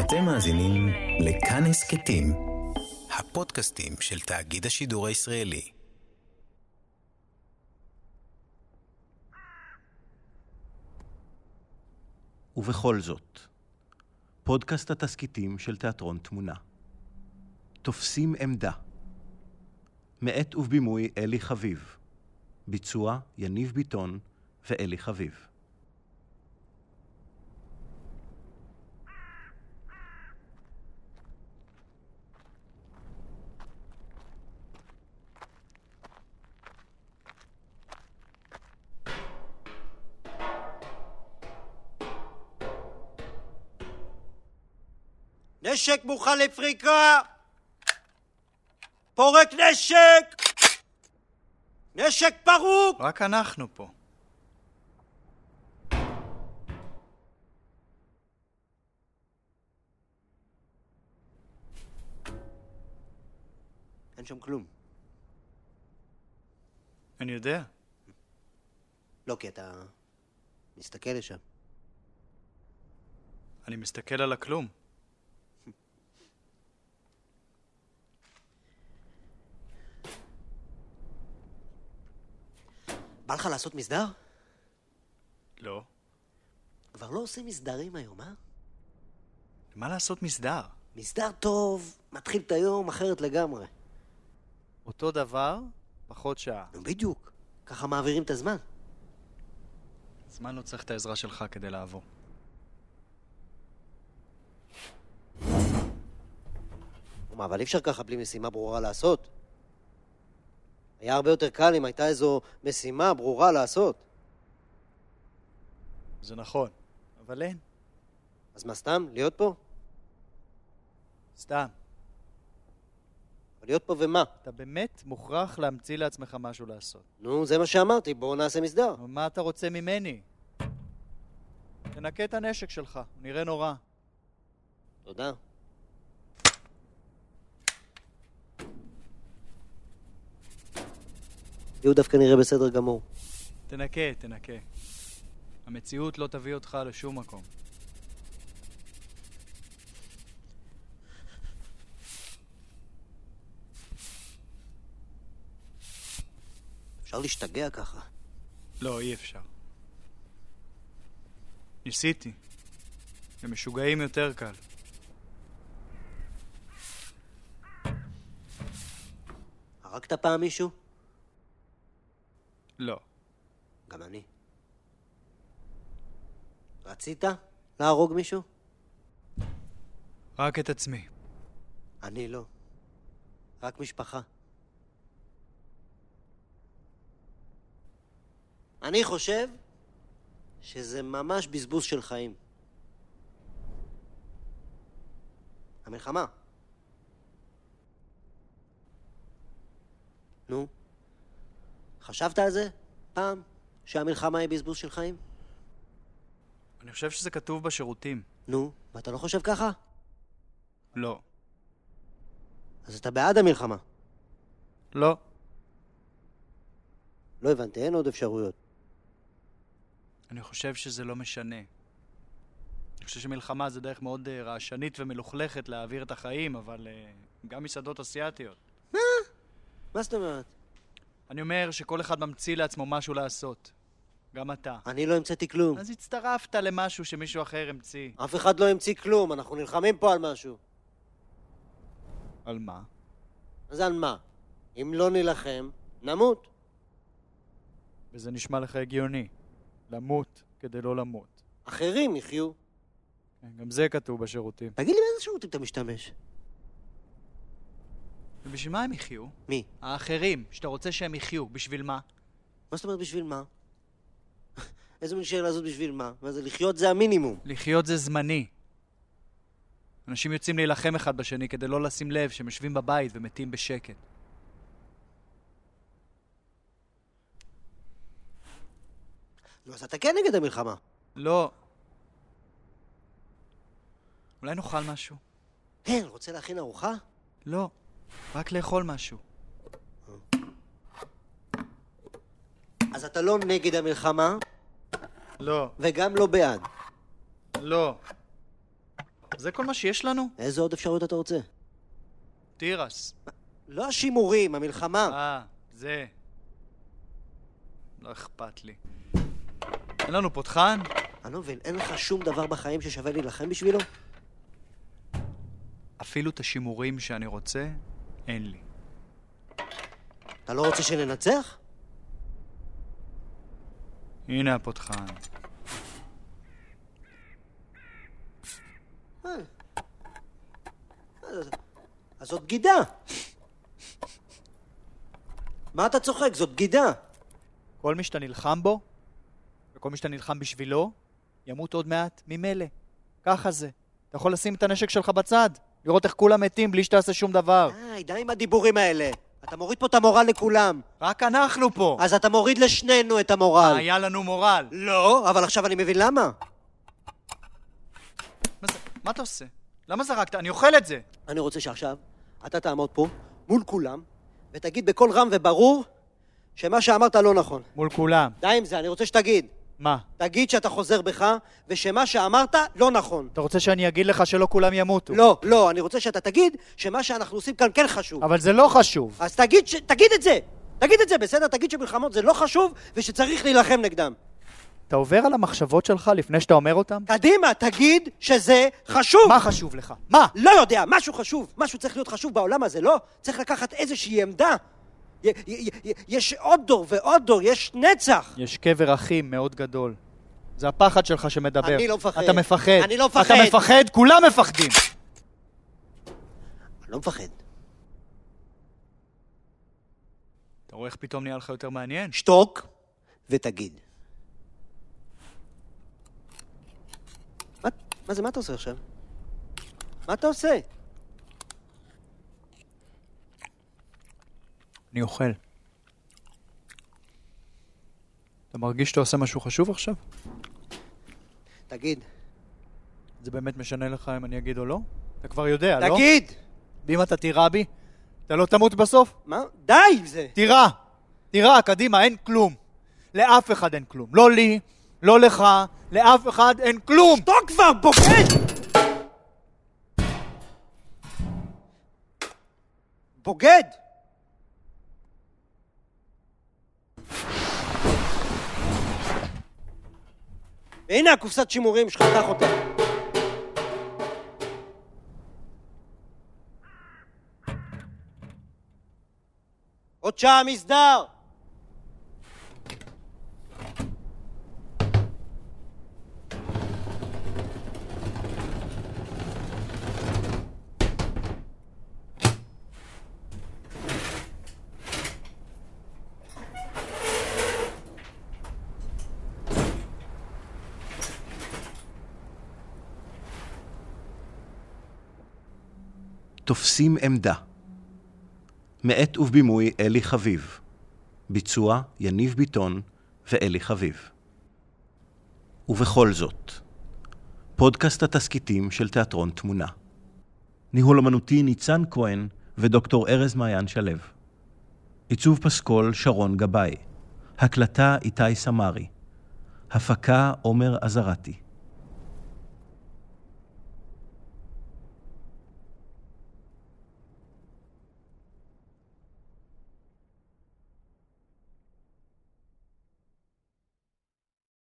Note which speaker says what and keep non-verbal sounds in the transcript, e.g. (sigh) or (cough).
Speaker 1: אתם מאזינים לכאן הסכתים, הפודקאסטים של תאגיד השידור הישראלי.
Speaker 2: ובכל זאת, פודקאסט התסכיתים של תיאטרון תמונה. תופסים עמדה. מאת ובימוי אלי חביב. ביצוע יניב ביטון ואלי חביב.
Speaker 3: נשק מוכן לפריקה! פורק נשק! נשק פרוק!
Speaker 4: רק אנחנו פה.
Speaker 3: אין שם כלום.
Speaker 4: אני יודע.
Speaker 3: לא, כי אתה מסתכל לשם.
Speaker 4: אני מסתכל על הכלום.
Speaker 3: בא לך לעשות מסדר?
Speaker 4: לא.
Speaker 3: כבר לא עושים מסדרים היום, אה?
Speaker 4: מה לעשות מסדר?
Speaker 3: מסדר טוב, מתחיל את היום אחרת לגמרי.
Speaker 4: אותו דבר, פחות שעה.
Speaker 3: נו, בדיוק. ככה מעבירים את הזמן.
Speaker 4: זמן לא צריך את העזרה שלך כדי לעבור.
Speaker 3: מה, אבל אי אפשר ככה בלי משימה ברורה לעשות. היה הרבה יותר קל אם הייתה איזו משימה ברורה לעשות.
Speaker 4: זה נכון, אבל אין.
Speaker 3: אז מה סתם? להיות פה?
Speaker 4: סתם.
Speaker 3: אבל להיות פה ומה?
Speaker 4: אתה באמת מוכרח להמציא לעצמך משהו לעשות.
Speaker 3: נו, זה מה שאמרתי, בואו נעשה מסדר.
Speaker 4: אבל מה אתה רוצה ממני? תנקה את הנשק שלך, הוא נראה נורא.
Speaker 3: תודה. לי הוא דווקא נראה בסדר גמור.
Speaker 4: תנקה, תנקה. המציאות לא תביא אותך לשום מקום.
Speaker 3: אפשר להשתגע ככה.
Speaker 4: לא, אי אפשר. ניסיתי. למשוגעים יותר קל.
Speaker 3: הרגת פעם מישהו?
Speaker 4: לא.
Speaker 3: גם אני. רצית להרוג מישהו?
Speaker 4: רק את עצמי.
Speaker 3: אני לא. רק משפחה. אני חושב שזה ממש בזבוז של חיים. המלחמה. נו, חשבת על זה פעם? שהמלחמה היא בזבוז של חיים?
Speaker 4: אני חושב שזה כתוב בשירותים.
Speaker 3: נו, ואתה לא חושב ככה?
Speaker 4: לא.
Speaker 3: אז אתה בעד המלחמה.
Speaker 4: לא.
Speaker 3: לא הבנתי, אין עוד אפשרויות.
Speaker 4: אני חושב שזה לא משנה. אני חושב שמלחמה זה דרך מאוד אה, רעשנית ומלוכלכת להעביר את החיים, אבל אה, גם מסעדות אסיאתיות.
Speaker 3: מה זאת אומרת?
Speaker 4: אני אומר שכל אחד ממציא לעצמו משהו לעשות. גם אתה.
Speaker 3: אני לא המצאתי כלום.
Speaker 4: אז הצטרפת למשהו שמישהו אחר המציא.
Speaker 3: אף אחד לא המציא כלום, אנחנו נלחמים פה על משהו.
Speaker 4: על מה?
Speaker 3: אז על מה? אם לא נילחם, נמות.
Speaker 4: וזה נשמע לך הגיוני. למות כדי לא למות.
Speaker 3: אחרים יחיו.
Speaker 4: כן, גם זה כתוב בשירותים.
Speaker 3: תגיד לי באיזה שירותים אתה משתמש?
Speaker 4: ובשביל מה הם יחיו?
Speaker 3: מי?
Speaker 4: האחרים, שאתה רוצה שהם יחיו, בשביל מה?
Speaker 3: מה זאת אומרת בשביל מה? (laughs) איזה מין שאלה זאת בשביל מה? מה זה, לחיות זה המינימום.
Speaker 4: לחיות זה זמני. אנשים יוצאים להילחם אחד בשני כדי לא לשים לב שהם יושבים בבית ומתים בשקט.
Speaker 3: נו, אז אתה כן נגד המלחמה.
Speaker 4: לא. אולי נאכל משהו?
Speaker 3: כן, רוצה להכין ארוחה?
Speaker 4: לא. רק לאכול משהו.
Speaker 3: אז אתה לא נגד המלחמה,
Speaker 4: לא,
Speaker 3: וגם לא בעד.
Speaker 4: לא. זה כל מה שיש לנו?
Speaker 3: איזה עוד אפשרויות אתה רוצה?
Speaker 4: תירס.
Speaker 3: לא השימורים, המלחמה.
Speaker 4: אה, זה. לא אכפת לי. אין לנו פותחן?
Speaker 3: אני לא מבין, אין לך שום דבר בחיים ששווה להילחם בשבילו?
Speaker 4: אפילו את השימורים שאני רוצה, אין לי.
Speaker 3: אתה לא רוצה שננצח?
Speaker 4: הנה הפותחן.
Speaker 3: אז זאת בגידה. מה אתה צוחק? זאת בגידה.
Speaker 4: כל מי שאתה נלחם בו, וכל מי שאתה נלחם בשבילו, ימות עוד מעט ממילא. ככה זה. אתה יכול לשים את הנשק שלך בצד, לראות איך כולם מתים בלי שתעשה שום דבר.
Speaker 3: די, די עם הדיבורים האלה. אתה מוריד פה את המורל לכולם.
Speaker 4: רק אנחנו פה!
Speaker 3: אז אתה מוריד לשנינו את המורל.
Speaker 4: היה לנו מורל.
Speaker 3: לא, אבל עכשיו אני מבין למה.
Speaker 4: מה זה? מה אתה עושה? למה זרקת? אני אוכל את זה!
Speaker 3: אני רוצה שעכשיו אתה תעמוד פה, מול כולם, ותגיד בקול רם וברור שמה שאמרת לא נכון.
Speaker 4: מול כולם.
Speaker 3: די עם זה, אני רוצה שתגיד.
Speaker 4: מה?
Speaker 3: תגיד שאתה חוזר בך, ושמה שאמרת לא נכון.
Speaker 4: אתה רוצה שאני אגיד לך שלא כולם ימותו?
Speaker 3: לא, לא, אני רוצה שאתה תגיד שמה שאנחנו עושים כאן כן חשוב.
Speaker 4: אבל זה לא חשוב.
Speaker 3: אז תגיד, ש... תגיד את זה! תגיד את זה, בסדר? תגיד שמלחמות זה לא חשוב ושצריך להילחם נגדם.
Speaker 4: אתה עובר על המחשבות שלך לפני שאתה אומר אותן?
Speaker 3: קדימה, תגיד שזה חשוב!
Speaker 4: מה חשוב לך? מה?
Speaker 3: לא יודע, משהו חשוב, משהו צריך להיות חשוב בעולם הזה, לא? צריך לקחת איזושהי עמדה. י- י- י- יש עוד דור ועוד דור, יש נצח!
Speaker 4: יש קבר אחים מאוד גדול. זה הפחד שלך שמדבר.
Speaker 3: אני לא מפחד.
Speaker 4: אתה מפחד.
Speaker 3: אני לא מפחד.
Speaker 4: אתה מפחד, כולם מפחדים.
Speaker 3: אני לא מפחד.
Speaker 4: אתה רואה איך פתאום נהיה לך יותר מעניין?
Speaker 3: שתוק ותגיד. מה, מה זה, מה אתה עושה עכשיו? מה אתה עושה?
Speaker 4: אני אוכל. אתה מרגיש שאתה עושה משהו חשוב עכשיו?
Speaker 3: תגיד.
Speaker 4: זה באמת משנה לך אם אני אגיד או לא? אתה כבר יודע, לא?
Speaker 3: תגיד!
Speaker 4: ואם אתה תירה בי, אתה לא תמות בסוף?
Speaker 3: מה? די עם זה!
Speaker 4: תירה! תירה, קדימה, אין כלום. לאף אחד אין כלום. לא לי, לא לך, לאף אחד אין כלום!
Speaker 3: שתוק כבר, בוגד! בוגד! והנה הקופסת שימורים שלך, קח אותה. עוד שעה מסדר!
Speaker 2: תופסים עמדה. מאת ובימוי אלי חביב. ביצוע יניב ביטון ואלי חביב. ובכל זאת, פודקאסט התסכיתים של תיאטרון תמונה. ניהול אמנותי ניצן כהן ודוקטור ארז מעיין שלו. עיצוב פסקול שרון גבאי. הקלטה איתי סמרי. הפקה עומר עזרתי.